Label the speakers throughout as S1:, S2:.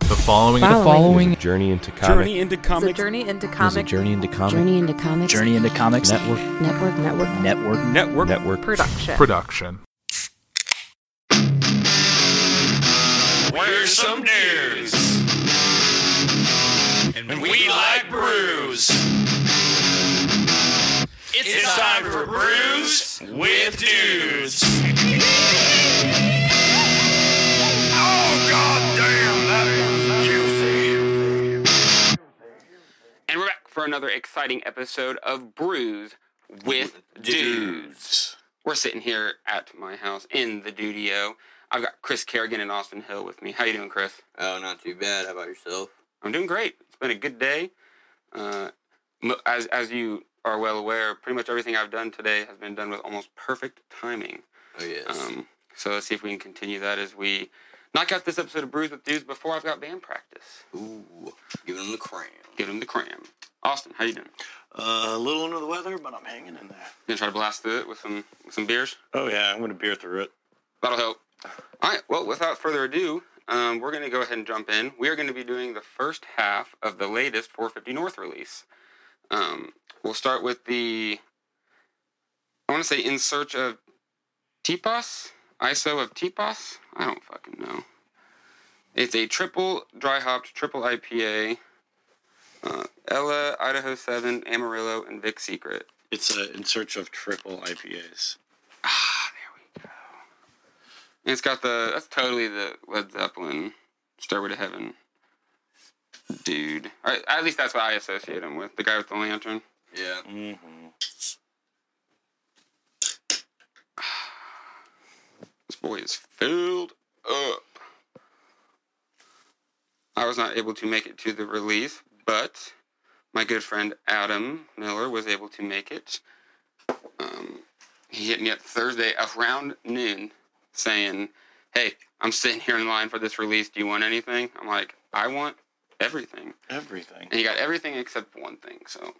S1: The following
S2: The following
S3: journey into
S4: Journey into
S5: It's a
S4: comic
S5: journey into
S6: Is it
S5: comic
S6: Journey into Comics
S7: Journey into Comics.
S8: Journey into Comics
S6: Network?
S7: Network. Network.
S8: Network.
S4: network.
S3: network.
S5: production.
S1: production.
S9: We're some dudes. And we like brews. It's time for brews with dudes. Oh, god damn, that was juicy.
S10: And we're back for another exciting episode of Brews with Dudes. We're sitting here at my house in the studio. I've got Chris Kerrigan and Austin Hill with me. How you doing, Chris?
S11: Oh, not too bad. How about yourself?
S10: I'm doing great. It's been a good day. Uh, mo- as as you are well aware, pretty much everything I've done today has been done with almost perfect timing.
S11: Oh, yes.
S10: Um, so let's see if we can continue that as we knock out this episode of Brews with Dudes before I've got band practice.
S11: Ooh, giving him the cram.
S10: Give them the cram. Austin, how you doing?
S9: Uh, a little under the weather, but I'm hanging in there.
S10: Gonna try to blast through it with some with some beers.
S9: Oh, yeah, I'm going to beer through it.
S10: That'll help. All right. Well, without further ado, um, we're going to go ahead and jump in. We are going to be doing the first half of the latest 450 North release. Um, we'll start with the, I want to say In Search of Tipos, ISO of Tipos. I don't fucking know. It's a triple dry hopped, triple IPA. Uh, Ella, Idaho 7, Amarillo, and Vic Secret.
S9: It's uh, in search of triple IPAs.
S10: Ah, there we go. And it's got the that's totally the Led Zeppelin Stairway to Heaven dude. Or at least that's what I associate him with. The guy with the lantern.
S11: Yeah.
S9: Mm-hmm.
S10: This boy is filled up. I was not able to make it to the release, but my good friend Adam Miller was able to make it. Um, he hit me up Thursday around noon saying, Hey, I'm sitting here in line for this release. Do you want anything? I'm like, I want everything.
S9: Everything.
S10: And he got everything except one thing. So,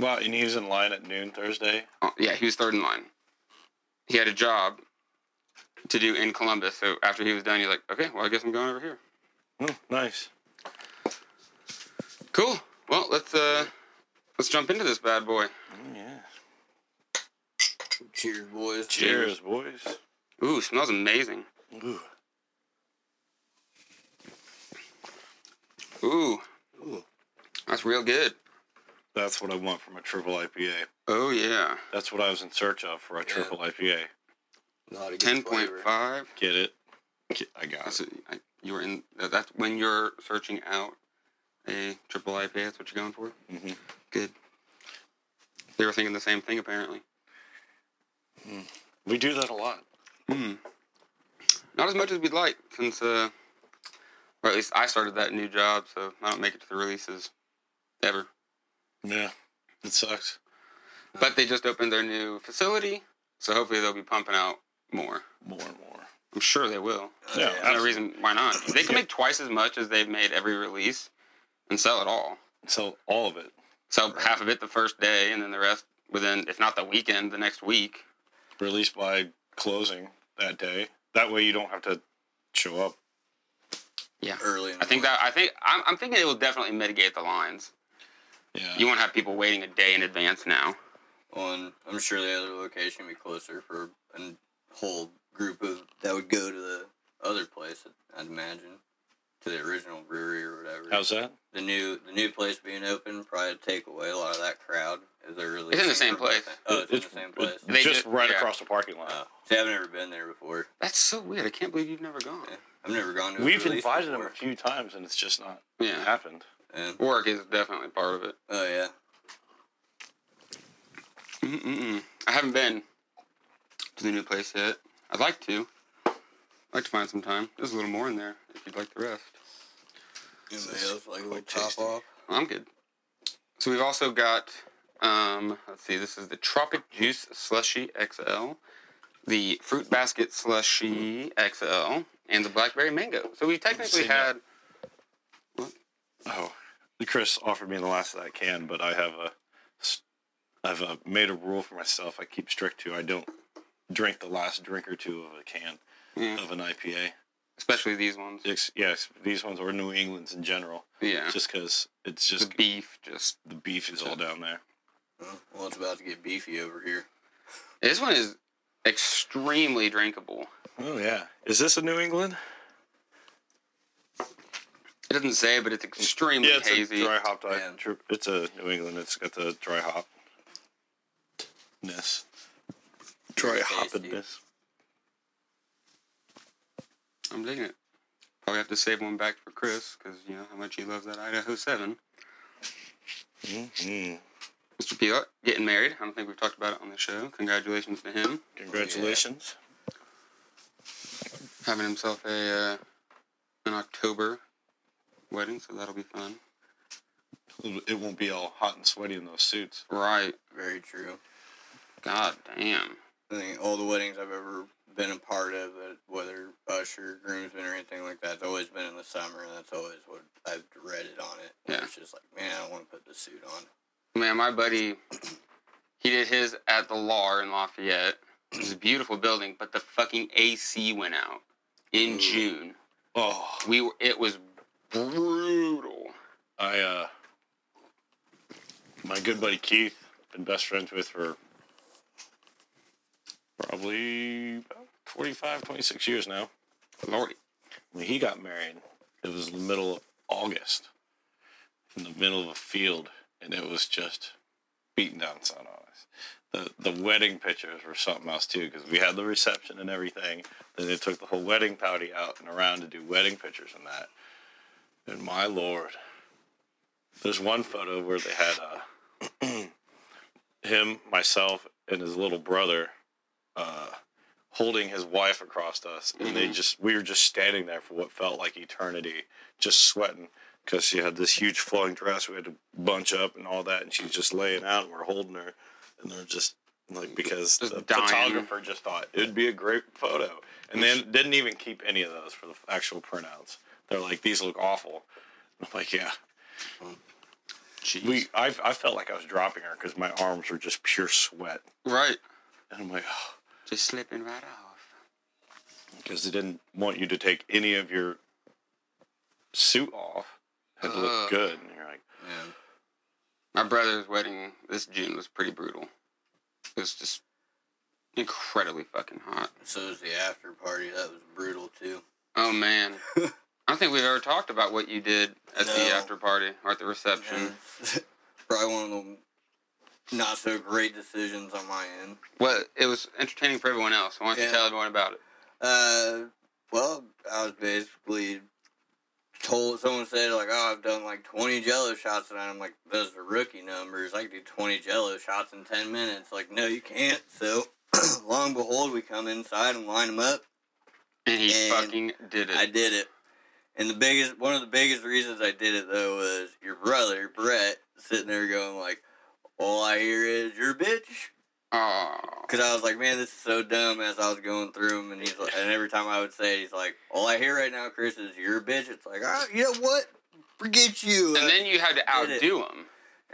S9: Wow, and he was in line at noon Thursday.
S10: oh, yeah, he was third in line. He had a job to do in Columbus. So after he was done, he's like, Okay, well, I guess I'm going over here.
S9: Oh, nice.
S10: Cool. Well, let's uh let's jump into this bad boy.
S9: Oh, yeah.
S11: Cheers, boys.
S9: Cheers, boys.
S10: Ooh, smells amazing.
S9: Ooh.
S10: Ooh,
S11: Ooh.
S10: that's real good.
S9: That's what I want from a triple IPA.
S10: Oh yeah,
S9: That's what I was in search of for a
S11: Yeah.
S9: triple IPA.
S11: Not a good
S10: ten point
S11: flavor.
S10: five.
S9: Get it? Get, I got
S10: That's
S9: it.
S10: I- you were in. That's when you're searching out a triple IPA. That's what you're going for.
S9: Mhm.
S10: Good. They were thinking the same thing apparently.
S9: We do that a lot.
S10: Hmm. Not as much as we'd like since uh, or at least I started that new job, so I don't make it to the releases ever.
S9: Yeah. It sucks.
S10: But they just opened their new facility, so hopefully they'll be pumping out more.
S9: More and more.
S10: I'm sure they will.
S9: Yeah.
S10: There's no reason why not. They can make twice as much as they've made every release and sell it all.
S9: So all of it.
S10: Sell half of it the first day, and then the rest within, if not the weekend, the next week.
S9: released by closing that day. That way you don't have to show up.
S10: Yeah,
S11: Early. in
S10: I think
S11: the
S10: that I think I'm, I'm thinking it will definitely mitigate the lines.
S9: Yeah.
S10: You won't have people waiting a day in advance now.
S11: morning. On, I'm sure the other location would be closer for a whole group of that would go to the other place. I'd imagine to the original brewery or whatever.
S9: How's that?
S11: the new the new place being open? Probably take away a lot of that crowd. Is there really?
S10: It's in the same place.
S11: Oh, it's, in the same place.
S9: it's
S10: They
S9: just Uh,
S10: do-
S9: right
S10: yeah.
S9: across the parking lot.
S11: Oh, see, I've never been there before.
S10: That's so weird. I can't believe you've never gone.
S11: Yeah. I've never gone to. a
S9: We've
S11: release
S9: invited them
S11: before.
S9: a few times and it's just not
S10: Yeah,
S9: happened.
S11: Yeah.
S10: work is definitely part of it.
S11: Oh yeah.
S10: Mm-mm-mm. I haven't been to the new place yet. I'd like to. I'd like to find some time. There's a little more in there if you'd like the rest.
S11: Anybody else like a little top off?
S10: I'm good. So we've also got, um, let's see, this is the Tropic Juice Slushy XL, the Fruit Basket Slushy XL, and the Blackberry Mango. So we technically
S9: Seen that.
S10: had,
S9: Oh, Chris offered me the last that I can, but I have a, s- I've uh made a rule for myself. I keep strict to. I don't drink the last drink or two of a can
S10: yeah,
S9: of an IPA.
S10: especially these ones.
S9: It's, yes, these ones or New England's in general,
S10: Yeah.
S9: just because it's
S10: the
S9: just
S10: beef, just.
S9: the beef is all down there.
S11: Well, well, it's about to get beefy over here.
S10: This one is extremely drinkable.
S9: Oh yeah, is this a New England?
S10: It doesn't say, but it's extremely
S9: yeah, it's
S10: hazy.
S9: a dry hopped. I-
S11: Yeah.
S9: tr- It's a New England. It's got the dry hop. Ness. Dry hoppedness.
S10: I'm digging it. Probably have to save one back for Chris because you know how much he loves that Idaho Seven.
S9: Mm-hmm.
S10: Mr. Peelot getting married. I don't think we've talked about it on the show. Congratulations to him,
S9: Congratulations.
S10: having himself a uh, an October wedding, so that'll be fun.
S9: It won't be all hot and sweaty in those suits.
S10: Right.
S11: Very true.
S10: God damn.
S11: I think all the weddings I've ever been a part of, uh, whether usher, groomsmen, or anything like that, it's always been in the summer, and that's always what I've dreaded on it.
S10: Yeah.
S11: It's just like, man, I don't want to put the suit on.
S10: Man, my buddy, he did his at the LAR in Lafayette. It was a beautiful building, but the fucking AC went out in
S11: Ooh.
S10: June.
S9: Oh,
S10: We were, it was brutal.
S9: I uh, my good buddy Keith, been best friends with for probably about 25, 26 years now.
S10: Lord,
S9: When he got married, it was the middle of August, in the middle of a field, and it was just beating down sun on us. The the wedding pictures were something else too, because we had the reception and everything. Then they took the whole wedding party out and around to do wedding pictures and that. And my lord, there's one photo where they had uh, him, myself, and his little brother uh, holding his wife across us, and
S10: Mm-hmm.
S9: they just we were just standing there for what felt like eternity, just sweating because she had this huge flowing dress. We had to bunch up and all that, and she's just laying out, and we're holding her, and they're just like because
S10: Just
S9: the
S10: dying.
S9: photographer just thought it'd be a great photo, and then didn't even keep any of those for the actual printouts. They're like these look awful. I'm like yeah,
S10: jeez.
S9: we I, I felt like I was dropping her because my arms were just pure sweat,
S10: right.
S9: and I'm like.
S10: Just slipping right off.
S9: because they didn't want you to take any of your suit off. Had to
S10: Ugh.
S9: look good, and you're like,
S11: Yeah.
S10: My brother's wedding this June was pretty brutal. It was just incredibly fucking hot.
S11: So is the after party. That was brutal, too.
S10: Oh man. I don't think we've ever talked about what you did at
S11: No.
S10: the after party or at the reception.
S11: Probably one of the not so great decisions on my end.
S10: Well, it was entertaining for everyone else. Why don't you
S11: Yeah.
S10: tell everyone about it?
S11: Uh, well, I was basically told someone said like, "Oh, I've done like twenty Jello shots," and I'm like, "Those are rookie numbers. I can do twenty Jello shots in ten minutes." Like, no, you can't. So, long and behold, we come inside and line them up.
S10: And he
S11: And
S10: fucking did it.
S11: I did it, and the biggest one of the biggest reasons I did it though was your brother Brett sitting there going like, "All I hear is your bitch."
S10: Aw.
S11: Because I was like, man, this is so dumb as I was going through them. And he's like, and every time I would say, it, he's like, all I hear right now, Chris, is you're a bitch. It's like, ah, you know what? Forget you.
S10: And then you had to
S11: I did it.
S10: outdo him.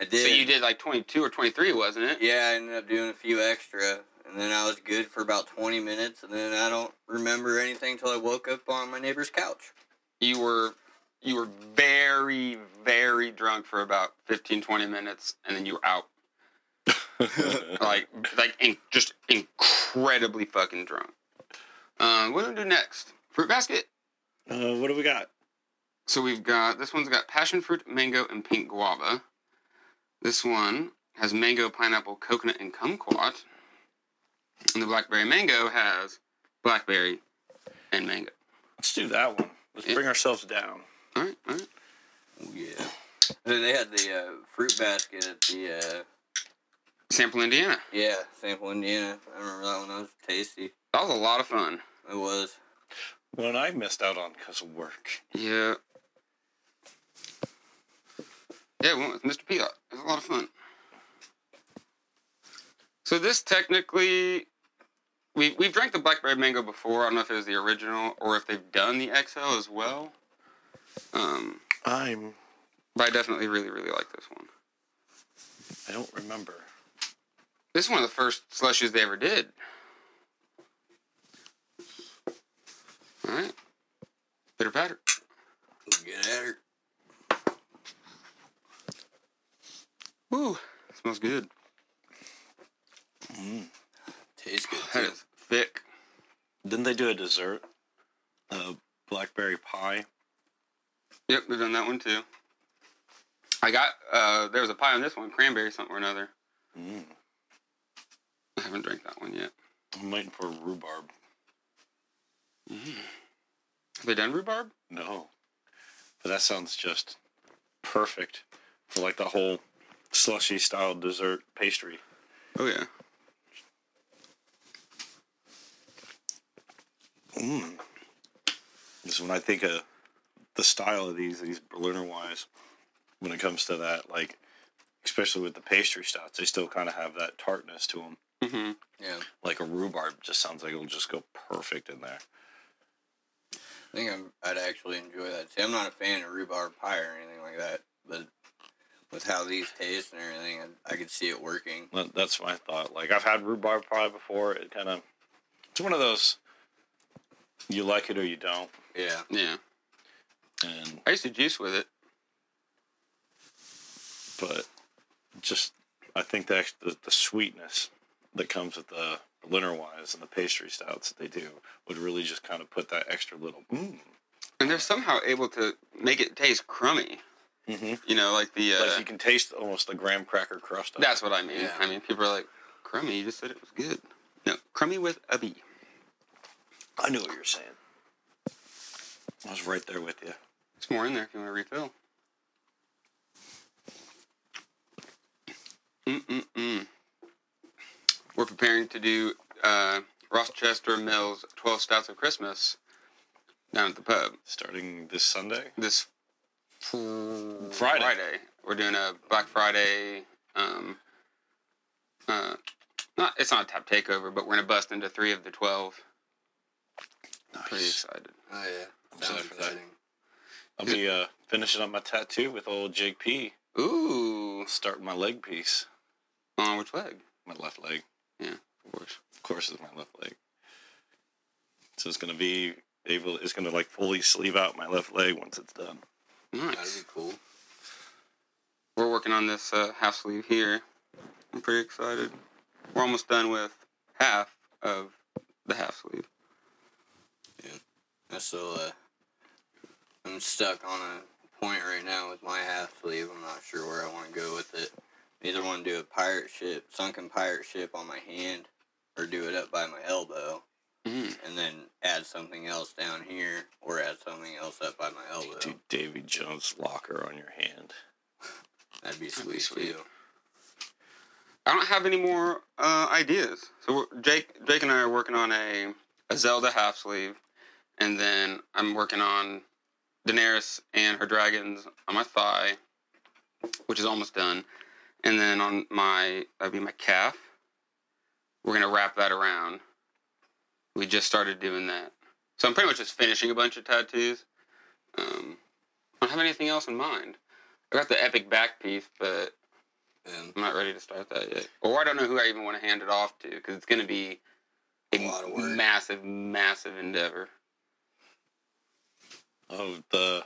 S11: I did.
S10: So you did like 22 or 23, wasn't it?
S11: Yeah, I ended up doing a few extra. And then I was good for about 20 minutes. And then I don't remember anything till I woke up on my neighbor's couch.
S10: you were you were very very drunk for about 15 20 minutes and then you were out like like in, just incredibly fucking drunk um what do we do next fruit basket
S9: uh, "What do we got?"
S10: so we've got this one's got passion fruit mango and pink guava this one has mango pineapple coconut and kumquat and the blackberry mango has blackberry and mango
S9: Let's do that one. Let's
S10: Yeah.
S9: bring ourselves down.
S10: all right all right
S11: Yeah. Then they had the uh, fruit basket at the, uh,
S10: sample indiana
S11: yeah, Sample, Indiana. I remember that one. That was tasty.
S10: that was a lot of fun
S11: It was.
S9: One I missed out on because of work.
S10: Yeah. Yeah, we went with Mr. Piot. It was a lot of fun. So this technically, we we've drank the blackberry mango before. I don't know if it was the original or if they've done the XL as well. Um,
S9: I'm.
S10: but I definitely really really like this one.
S9: I don't remember.
S10: This is one of the first slushies they ever did. All right, bitter batter.
S11: Get at her.
S10: Woo, smells good.
S11: Tastes good.
S10: That
S11: Too.
S10: is thick.
S9: Didn't they do a dessert? A blackberry pie.
S10: Yep, we've done that one too. I got uh there was a pie on this one, cranberry something or another.
S9: Mm.
S10: I haven't drank that one yet.
S9: I'm waiting for rhubarb.
S10: Have they done rhubarb?
S9: No, but that sounds just perfect for like the whole slushy style dessert pastry.
S10: Oh yeah.
S9: Mm. Because when I think of the style of these, these Berliner wise, when it comes to that, like especially with the pastry stouts, they still kind of have that tartness to them.
S10: Mm-hmm.
S11: Yeah.
S9: Like a rhubarb just sounds like it'll just go perfect in there.
S11: I think I'm, I'd actually enjoy that too. I'm not a fan of rhubarb pie or anything like that, but with how these taste and everything, I, I could see it working.
S9: That- That's my thought. Like I've had rhubarb pie before. It kind of it's one of those you like it or you don't,
S11: Yeah.
S10: Yeah.
S9: and
S10: I used to juice with it.
S9: but just I think the ex- the, the sweetness that comes with the Berliner wines and the pastry stouts that they do would really just kind of put that extra little. Mm.
S10: And they're somehow able to make it taste crummy.
S9: Mm-hmm.
S10: You know, like the uh,
S9: Like you can taste almost the graham cracker crust. Of it.
S10: that's what I mean.
S11: Yeah.
S10: I mean people are like, crummy, you just said it was good. No, crummy with a B.
S9: I knew what you were saying. I was right there with you.
S10: There's more in there if you want to refill. Mm-mm-mm. We're preparing to do uh, Rochester Mills 12 Stouts of Christmas down at the pub.
S9: Starting this Sunday.
S10: This
S9: Friday.
S10: Friday, we're doing a Black Friday. Um, uh, not it's not a tap takeover, but we're gonna bust into three of the 12. Pretty
S9: Nice.
S10: excited.
S11: Oh yeah. Sounds
S9: excited for that.
S11: exciting.
S9: I'll be uh, finishing up my tattoo with old Jake P.
S10: Ooh,
S9: Start my leg piece.
S10: on which leg?
S9: My left leg.
S10: Of course.
S9: Of course, is my left leg. So it's gonna be able. It's gonna like fully sleeve out my left leg once it's done.
S10: Nice.
S11: That'd be cool.
S10: we're working on this uh, half sleeve here. I'm pretty excited. We're almost done with half of the half sleeve.
S11: I still, uh, I'm stuck on a point right now with my half sleeve. I'm not sure where I want to go with it. Either want to do a pirate ship, sunken pirate ship on my hand, or do it up by my elbow,
S10: Mm.
S11: and then add something else down here, or add something else up by my elbow.
S9: Dude, Davy Jones locker on your hand.
S11: That'd be
S10: be
S11: sweet,
S10: sweet.
S11: too.
S10: I don't have any more uh, ideas. So we're, Jake, Jake and I are working on a, a Zelda half sleeve, and then I'm working on Daenerys and her dragons on my thigh, which is almost done, and then on my that'd be my calf. We're gonna wrap that around. We just started doing that, so I'm pretty much just finishing a bunch of tattoos. Um, I don't have anything else in mind. I got the epic back piece, but
S11: And
S10: I'm not ready to start that yet. Or I don't know who I even want to hand it off to because it's going to be a,
S11: A lot of work.
S10: massive, massive endeavor.
S9: Oh, the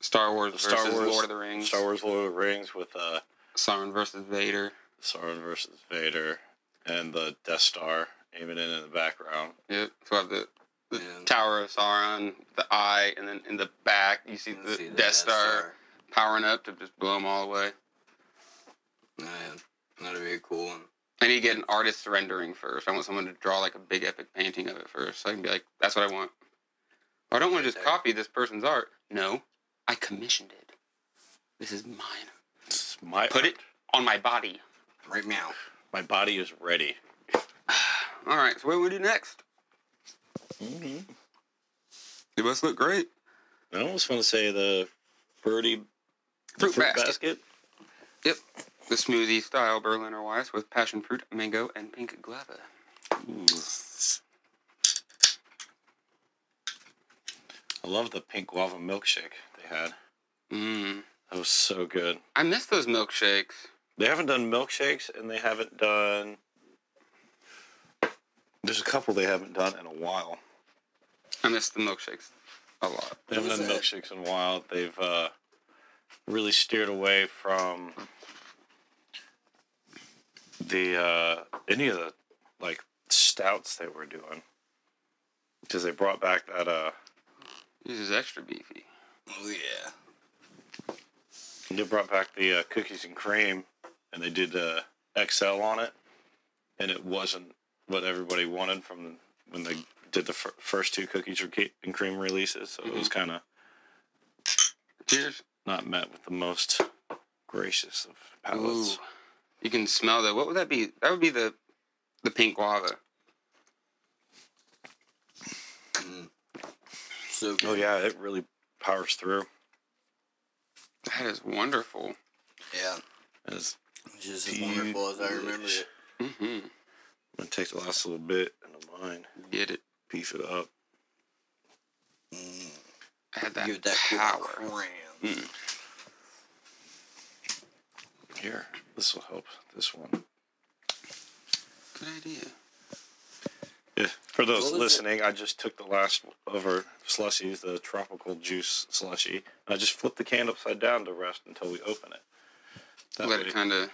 S10: Star Wars
S9: Star
S10: versus
S9: Wars-
S10: Lord of the Rings.
S9: Star Wars Lord of the Rings with uh,
S10: Sauron versus Vader.
S9: Sauron versus Vader and the Death Star aiming in in the background.
S10: Yep. So I have the, the
S11: Yeah.
S10: Tower of Sauron, the eye, and then in the back you see the
S11: see the
S10: Death Star, powering up to just blow them all away.
S11: uh, Yeah, that'd be a cool one.
S10: I need to get an artist rendering first. I want someone to draw like a big epic painting of it first, so I can be like, "That's what I want." I don't want to just copy this person's art. No, I commissioned it. This is mine.
S9: It's my
S10: Put it on my body.
S11: Right now.
S9: My body is ready.
S10: All right. So what do we do next?
S9: Mm-hmm.
S10: They must look great.
S9: I almost want to say the Birdie
S10: Fruit, basket.
S9: basket.
S10: Yep. The smoothie style Berliner Weiss with passion fruit, mango, and pink guava.
S9: Ooh. I love the pink guava milkshake they had.
S10: Mmm.
S9: That was so good.
S10: I miss those milkshakes.
S9: They haven't done milkshakes and they haven't done. There's a couple they haven't done in a while.
S10: I miss the milkshakes a lot.
S9: They haven't
S11: What
S9: done
S11: was
S9: milkshakes in a while. They've uh, really steered away from the uh, any of the like stouts they were doing because they brought back that uh,
S10: This is extra beefy.
S11: Oh yeah.
S9: they brought back the uh, cookies and cream and they did uh, XL on it and it wasn't what everybody wanted from when they did the fir- first two cookies and cream releases. So it was kind of
S10: Cheers.
S9: not met with the most gracious of palates.
S10: Ooh. You can smell that. What would that be? That would be the the pink guava.
S11: So good.
S9: Oh yeah, it really powers through.
S10: That is wonderful.
S11: Yeah.
S9: It's,
S11: Just as wonderful as I remember it.
S10: Mm-hmm.
S9: I'm gonna take the last little bit and I'm mine,
S10: Get it.
S9: beef it up.
S11: Mm.
S10: I had that,
S11: Give it that good
S10: power.
S9: Mm.
S11: cram.
S9: Here, this will help. This one.
S10: Good idea.
S9: Yeah. For those
S11: What was it?
S9: listening, I just took the last of our slushies, the tropical juice slushie, and I just flipped the can upside down to rest until we open it. That
S10: Let
S9: way
S10: it
S9: it can
S10: kind of.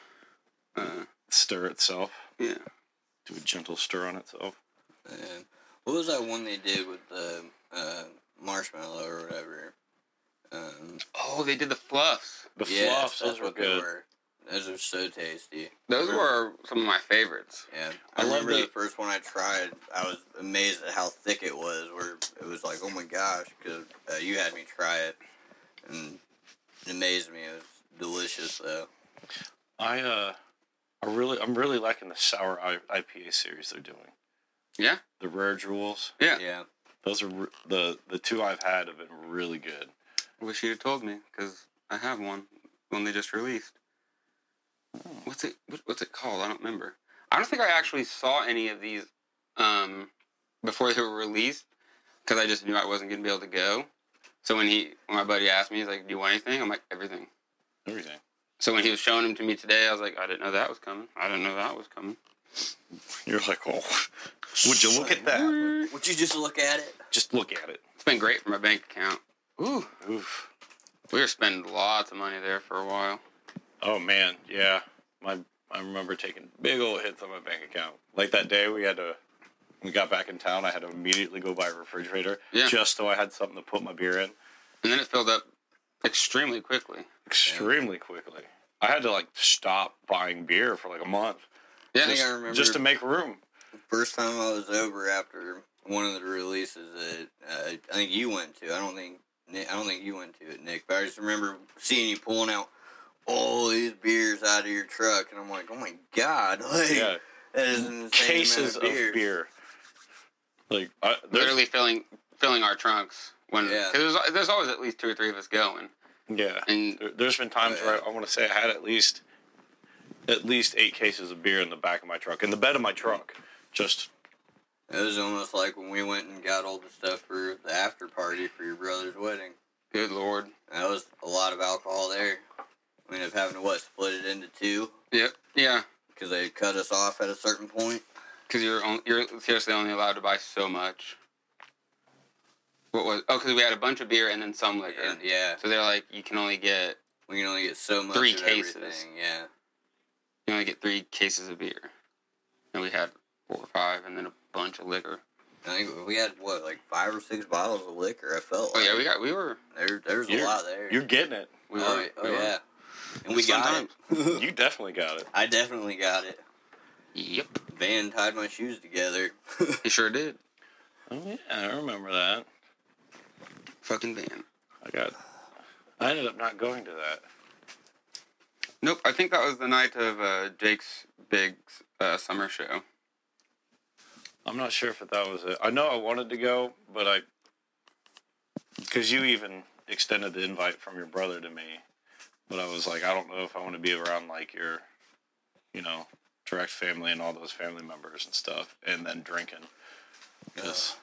S10: Uh,
S9: stir itself.
S10: yeah.
S9: Do a gentle stir on itself.
S11: And what was that one they did with the uh, marshmallow or whatever? Um,
S10: Oh, they did the fluffs.
S9: The
S11: yeah,
S9: fluffs,
S11: that's
S9: those were
S11: what they
S9: good.
S11: were. Those are so tasty.
S10: Those
S11: Really?
S10: were some of my favorites.
S11: Yeah,
S9: I
S11: I,
S9: love
S11: remember the,
S9: the-
S11: first one I tried. I was amazed at how thick it was. Where it was like, oh my gosh, because uh, you had me try it, and it amazed me. It was delicious though.
S9: I uh, I really, I'm really liking the sour I- IPA series they're doing.
S10: Yeah?
S9: The rare jewels.
S10: Yeah.
S11: Yeah,
S9: Those are re- the the two I've had have been really good.
S10: Wish you'd have told me because I have one one they just released. What's it? What, what's it called? I don't remember. I don't think I actually saw any of these um, before they were released because I just knew I wasn't gonna be able to go. So when he, when my buddy asked me, he's like, "Do you want anything?" I'm like, "Everything."
S9: Everything.
S10: So when he was showing them to me today, I was like, "I didn't know that was coming. I didn't know that was coming."
S9: You're like, oh, would you look at that?
S11: would you just look at it?
S9: Just look at it.
S10: It's been great for my bank account. Ooh,
S9: Oof.
S10: we were spending lots of money there for a while.
S9: Oh man, yeah. My I remember taking big old hits on my bank account. Like that day we had to, we got back in town. I had to immediately go buy a refrigerator
S10: Yeah.
S9: just so I had something to put my beer in.
S10: And then it filled up extremely quickly.
S9: Extremely quickly. I had to like stop buying beer for like a month
S11: I
S10: Yeah,
S11: think I remember
S9: just to make room.
S11: first time I was over after one of the releases that uh, I think you went to. I don't think Nick, I don't think you went to it, Nick. But I just remember seeing you pulling out all these beers out of your truck, and I'm like, oh my god, like
S9: Yeah,
S11: that is an insane
S9: cases of
S11: amount of
S9: beer.
S11: beer.
S9: Like I, there's-
S10: literally filling filling our trunks when
S11: Yeah.
S10: because there's, there's always at least two or three of us going
S9: yeah.
S10: and
S9: There, there's been times where I, I want to say I had at least at least eight cases of beer in the back of my truck, in the bed of my truck. Just
S11: It was almost like when we went and got all the stuff for the after party for your brother's wedding.
S10: good lord
S11: That was a lot of alcohol there. We ended up having to what split it into two
S10: yep yeah
S11: because they cut us off at a certain point.
S10: because you're on, you're seriously only allowed to buy so much what was oh because we had a bunch of beer and then some liquor
S11: And yeah,
S10: so they're like you can only get
S11: we can only get so much
S10: Three
S11: of
S10: cases.
S11: everything. Yeah.
S10: you only get three cases of beer and we had four or five and then a bunch of liquor
S11: I think we had what like five or six bottles of liquor. I felt
S10: oh
S11: like
S10: yeah we got we were
S11: there, there's a
S9: You're-
S11: lot there.
S9: you're getting it.
S10: we
S11: oh,
S10: were
S11: yeah, oh,
S10: we were.
S11: yeah, and we got it.
S9: You definitely got it.
S11: I definitely got it.
S10: yep
S11: Van tied my shoes together.
S10: he sure did
S9: Oh yeah, I remember that.
S10: fucking van
S9: I got. I ended up not going to that.
S10: Nope, I think that was the night of uh, Jake's big uh, summer show.
S9: I'm not sure if that was it. I know I wanted to go, but I because you even extended the invite from your brother to me, But I was like, I don't know if I want to be around like your, you know, direct family and all those family members and stuff, and then drinking. Because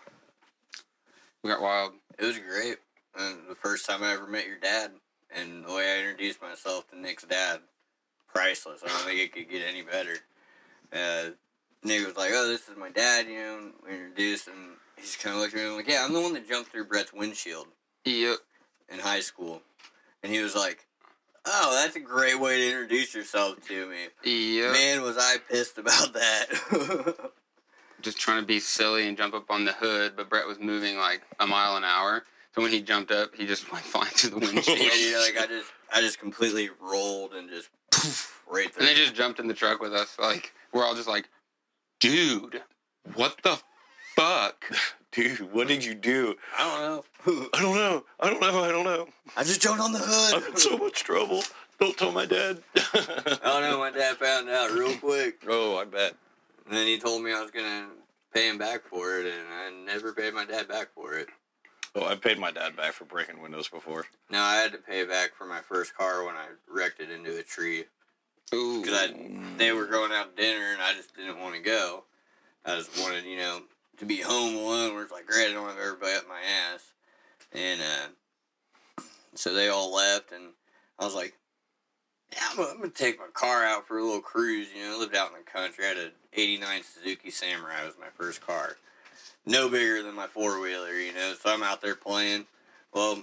S10: We got wild.
S11: It was great. And the first time I ever met your dad, and the way I introduced myself to Nick's dad, priceless. I don't think it could get any better. Uh, Nick was like, "Oh, this is my dad," you know. And we introduced, and he's kind of looked at me and like, "Yeah, I'm the one that jumped through Brett's windshield
S10: Yep.
S11: in high school," and he was like. Oh, that's a great way to introduce yourself to me.
S10: Yep.
S11: Man, was I pissed about that.
S10: Just trying to be silly and jump up on the hood, but Brett was moving like a mile an hour. So when he jumped up, he just went flying to the windshield.
S11: yeah, you know, like I just, I just completely rolled and just poof right
S10: And
S11: through.
S10: they just jumped in the truck with us. Like we're all just like, dude, what the fuck?
S9: dude, what did you do?
S11: I don't know.
S9: I don't know. I don't know. I don't know.
S11: I just jumped on the hood.
S9: I'm in so much trouble. Don't tell my dad.
S11: oh no, my dad found out real quick.
S9: oh, I bet.
S11: And then he told me I was gonna pay him back for it, and I never paid my dad back for it.
S9: Oh, I paid my dad back for breaking windows before.
S11: No, I had to pay back for my first car when I wrecked it into a tree
S10: Ooh.
S11: because they were going out to dinner, and I just didn't want to go. I just wanted, you know, to be home alone. Where it's like, great, I don't have everybody up my ass. And uh, so they all left, and I was like, yeah, I'm, gonna- I'm gonna take my car out for a little cruise. You know, I lived out in the country. I had an '89 Suzuki Samurai. It was my first car, no bigger than my four wheeler. You know, so I'm out there playing. Well,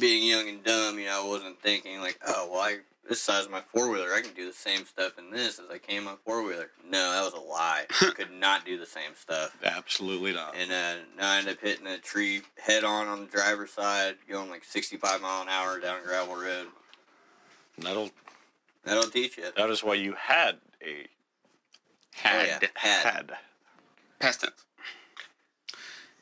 S11: being young and dumb, you know, I wasn't thinking like, oh, well, I, this size of my four wheeler, I can do the same stuff in this as I can in my four wheeler. No, that was a lie. I could not do the same stuff.
S9: Absolutely not.
S11: And uh, now I ended up hitting a tree head on on the driver's side, going like 65 mile an hour down a gravel road.
S9: That'll.
S11: That'll teach you.
S9: That is why you had a
S11: Oh,
S10: had.
S11: yeah. Had.
S9: had.
S10: Past tense.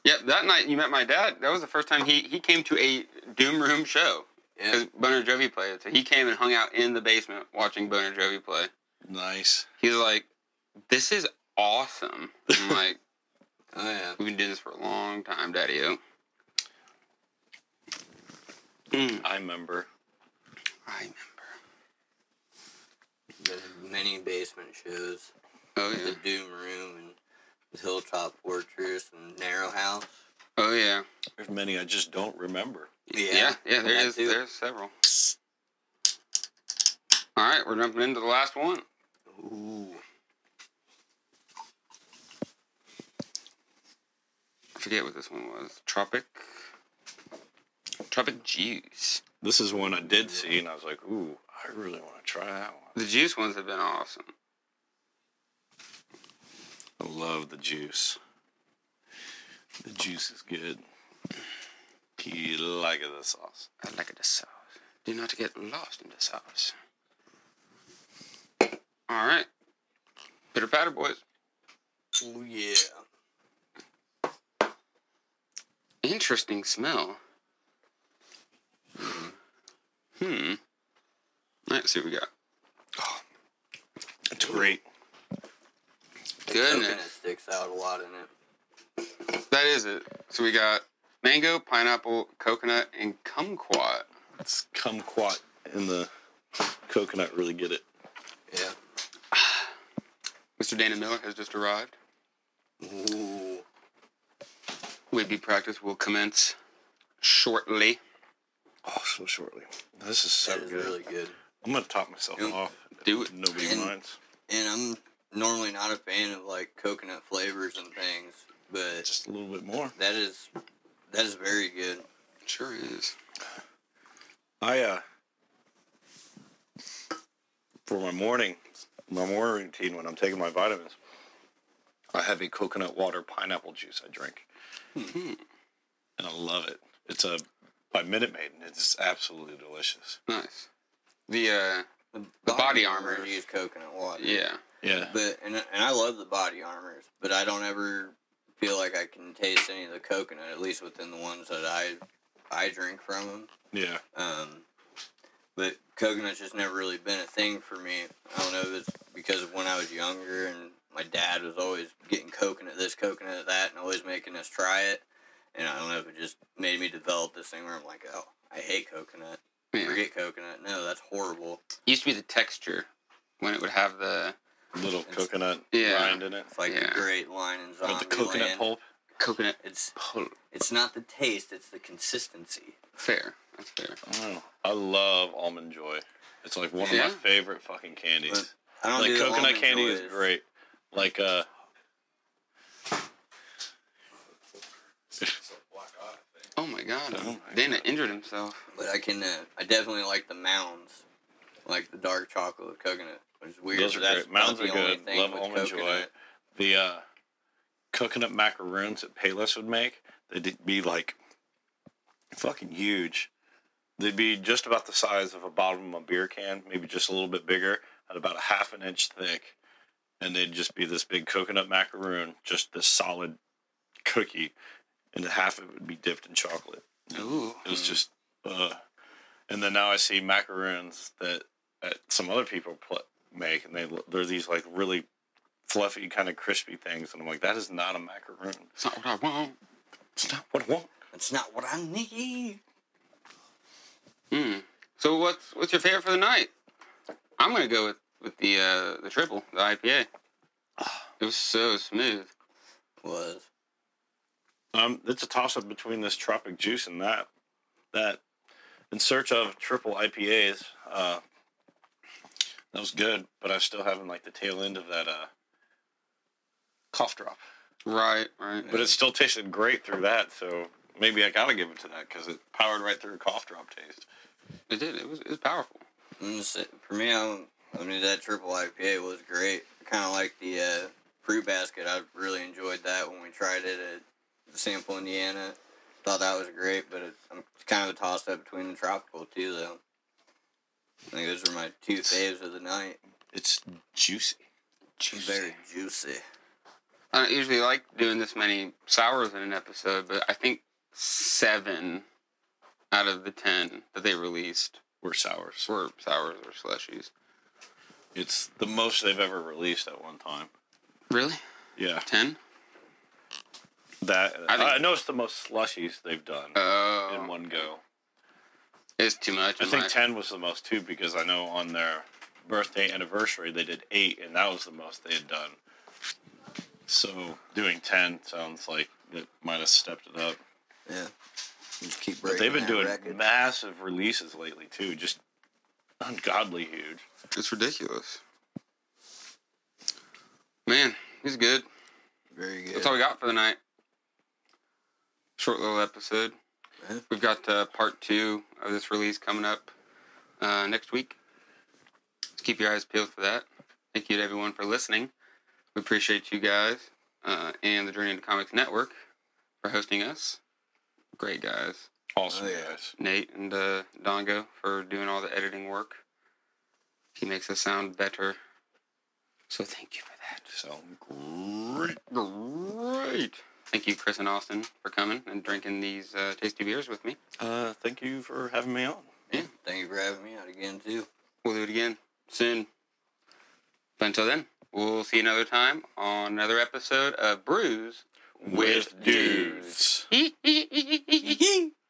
S10: Yep, that night you met my dad. That was the first time he, he came to a Doom Room show
S11: Yeah.
S10: because Bon Jovi played. So he came and hung out in the basement watching Bon Jovi play.
S9: Nice.
S10: He's like, "This is awesome." I'm like,
S11: Oh, yeah.
S10: "We've been doing this for a long time, Daddy." O. Mm,
S9: I remember.
S10: I remember.
S11: There's many basement shows.
S10: Oh yeah.
S11: The Doom Room and the Hilltop Fortress and Narrow House.
S10: Oh yeah.
S9: There's many I just don't remember.
S10: Yeah, yeah, there
S11: that
S10: is.
S11: too.
S10: There's several. All right, we're jumping into the last one.
S11: Ooh.
S10: I forget what this one was. Tropic. Tropic juice.
S9: This is one I did see, and I was like, "Ooh, I really want to try that one."
S10: The juice ones have been awesome.
S9: I love the juice. The juice is good. You like the sauce?
S10: I like the sauce. Do not get lost in the sauce. All right. Pitter patter, boys.
S11: Oh, yeah.
S10: Interesting smell. Hmm. All right, see what we got.
S9: It's great.
S10: Goodness.
S11: Coconut sticks out a lot in it.
S10: That is it. So we got mango, pineapple, coconut, and kumquat.
S9: It's kumquat and the coconut really get it.
S11: Yeah.
S10: Mr. Dana Miller has just arrived.
S11: Ooh.
S10: Whitby practice will commence shortly.
S9: Oh, so shortly. This is so
S11: That is
S9: good.
S11: really good.
S9: I'm gonna top myself
S11: Yep.
S9: off.
S10: Do it.
S9: Nobody
S11: And-
S9: minds.
S11: And I'm normally not a fan of like coconut flavors and things, but
S9: Just a little bit more.
S11: that is that is very good.
S10: Sure is.
S9: I uh for my morning my morning routine when I'm taking my vitamins, I have a coconut water pineapple juice I drink.
S11: Hmm.
S9: And I love it. It's a by Minute Maid and it's absolutely delicious.
S10: Nice. The uh
S11: The body,
S10: body armors.
S11: use coconut water.
S10: yeah.
S9: Yeah.
S11: But and and I love the body armors, but I don't ever feel like I can taste any of the coconut, at least within the ones that I I drink from them.
S9: Yeah.
S11: Um, but coconut's just never really been a thing for me. I don't know if it's because of when I was younger and my dad was always getting coconut this, coconut that, and always making us try it. And I don't know if it just made me develop this thing where I'm like, oh, I hate coconut.
S10: Yeah.
S11: Forget coconut. No, that's horrible.
S10: Used to be the texture when it would have the
S9: Little
S11: It's-
S9: coconut
S10: yeah.
S9: rind in it
S11: It's like
S10: Yeah.
S11: the great line in
S9: with
S11: Zombieland.
S9: the coconut pulp.
S10: coconut
S11: It's
S10: pulp.
S11: it's not the taste, it's the consistency.
S10: Fair. That's fair.
S9: Oh, I love almond joy. It's like one
S10: Yeah?
S9: of my favorite fucking candies.
S11: I don't
S9: Like
S11: do
S9: coconut
S11: almond
S9: candy
S11: joys.
S9: is great. Like uh,
S10: Oh my god.
S9: Oh my
S10: Dana injured himself.
S11: but I can. Uh, I definitely like the mounds, I like the dark chocolate with coconut, which is weird.
S9: Those
S11: but
S9: are
S11: that's
S9: great. Mounds
S11: about
S9: are
S11: the only
S9: good.
S11: thing
S9: Love
S11: with
S9: Almond Joy. the uh, coconut macaroons that Payless would make, they'd be like fucking huge. They'd be just about the size of a bottom of a beer can, maybe just a little bit bigger, at about a half an inch thick. And they'd just be this big coconut macaroon, just this solid cookie, and the half of it would be dipped in chocolate.
S10: Ooh.
S9: It was just, uh, and then now I see macaroons that, that some other people pl- make, and they lo- they're these like really fluffy, kind of crispy things, and I'm like, that is not a macaroon.
S10: It's not what I want.
S9: It's not what I want.
S11: That's not what I need.
S10: Mm. So what's what's your favorite for the night? I'm gonna go with with the uh, the triple, the IPA. It was so smooth.
S11: Was
S9: Um, it's a toss up between this tropic juice and that that in search of triple IPAs. Uh, that was good, but I'm still having like the tail end of that uh, cough drop.
S10: Right, right.
S9: But it still tasted great through that, so maybe I gotta give it to that because it powered right through cough drop taste.
S10: It did. It was it was powerful.
S11: I'm gonna say- for me. I'm, I mean, that triple IPA was great. Kind of like the uh, fruit basket. I really enjoyed that when we tried it at Sample, Indiana. Thought that was great, but it, I'm it's kind of a toss up between the tropical too, though. I think those are my two faves of the night.
S9: It's juicy.
S11: Very juicy.
S10: I don't usually like doing this many sours in an episode, but I think seven out of the ten that they released
S9: We're sours.
S10: were sours or slushies.
S9: It's the most they've ever released at one time.
S10: Really?
S9: Yeah,
S10: Ten?
S9: that
S10: I
S9: I,
S10: think-
S9: know it's the most slushies they've done in
S10: Oh,
S9: one go.
S10: it's too much.
S9: I
S10: in
S9: think
S10: my-
S9: ten was the most too because I know on their birthday anniversary they did eight, and that was the most they had done. So doing ten sounds like it might have stepped it up.
S11: Yeah. Just keep
S9: But
S11: breaking.
S9: they've been
S11: that
S9: doing
S11: record.
S9: massive releases lately too, just ungodly huge.
S10: It's ridiculous. Man, he's good.
S11: very good.
S10: That's all we got for the night. Short little episode.
S11: Yeah.
S10: We've got uh, part two of this release coming up uh, next week. Just keep your eyes peeled for that. Thank you to everyone for listening. We appreciate you guys uh, and the Journey into Comics Network for hosting us. Great guys.
S9: Awesome
S11: Oh, yeah.
S9: guys.
S10: Nate and uh, Dongo for doing all the editing work. He makes us sound better. So thank you for that.
S9: So great.
S10: Great. Thank you, Chris and Austin, for coming and drinking these uh, tasty beers with me.
S9: Uh, thank you for having me on.
S11: Thank you for having me out again too.
S10: We'll do it again soon. But until then, we'll see you another time on another episode of Brews
S9: with dudes.
S10: dudes.